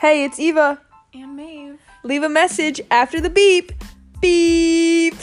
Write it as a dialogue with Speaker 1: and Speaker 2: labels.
Speaker 1: Hey, it's Eva.
Speaker 2: And Maeve.
Speaker 1: Leave a message after the beep. Beep.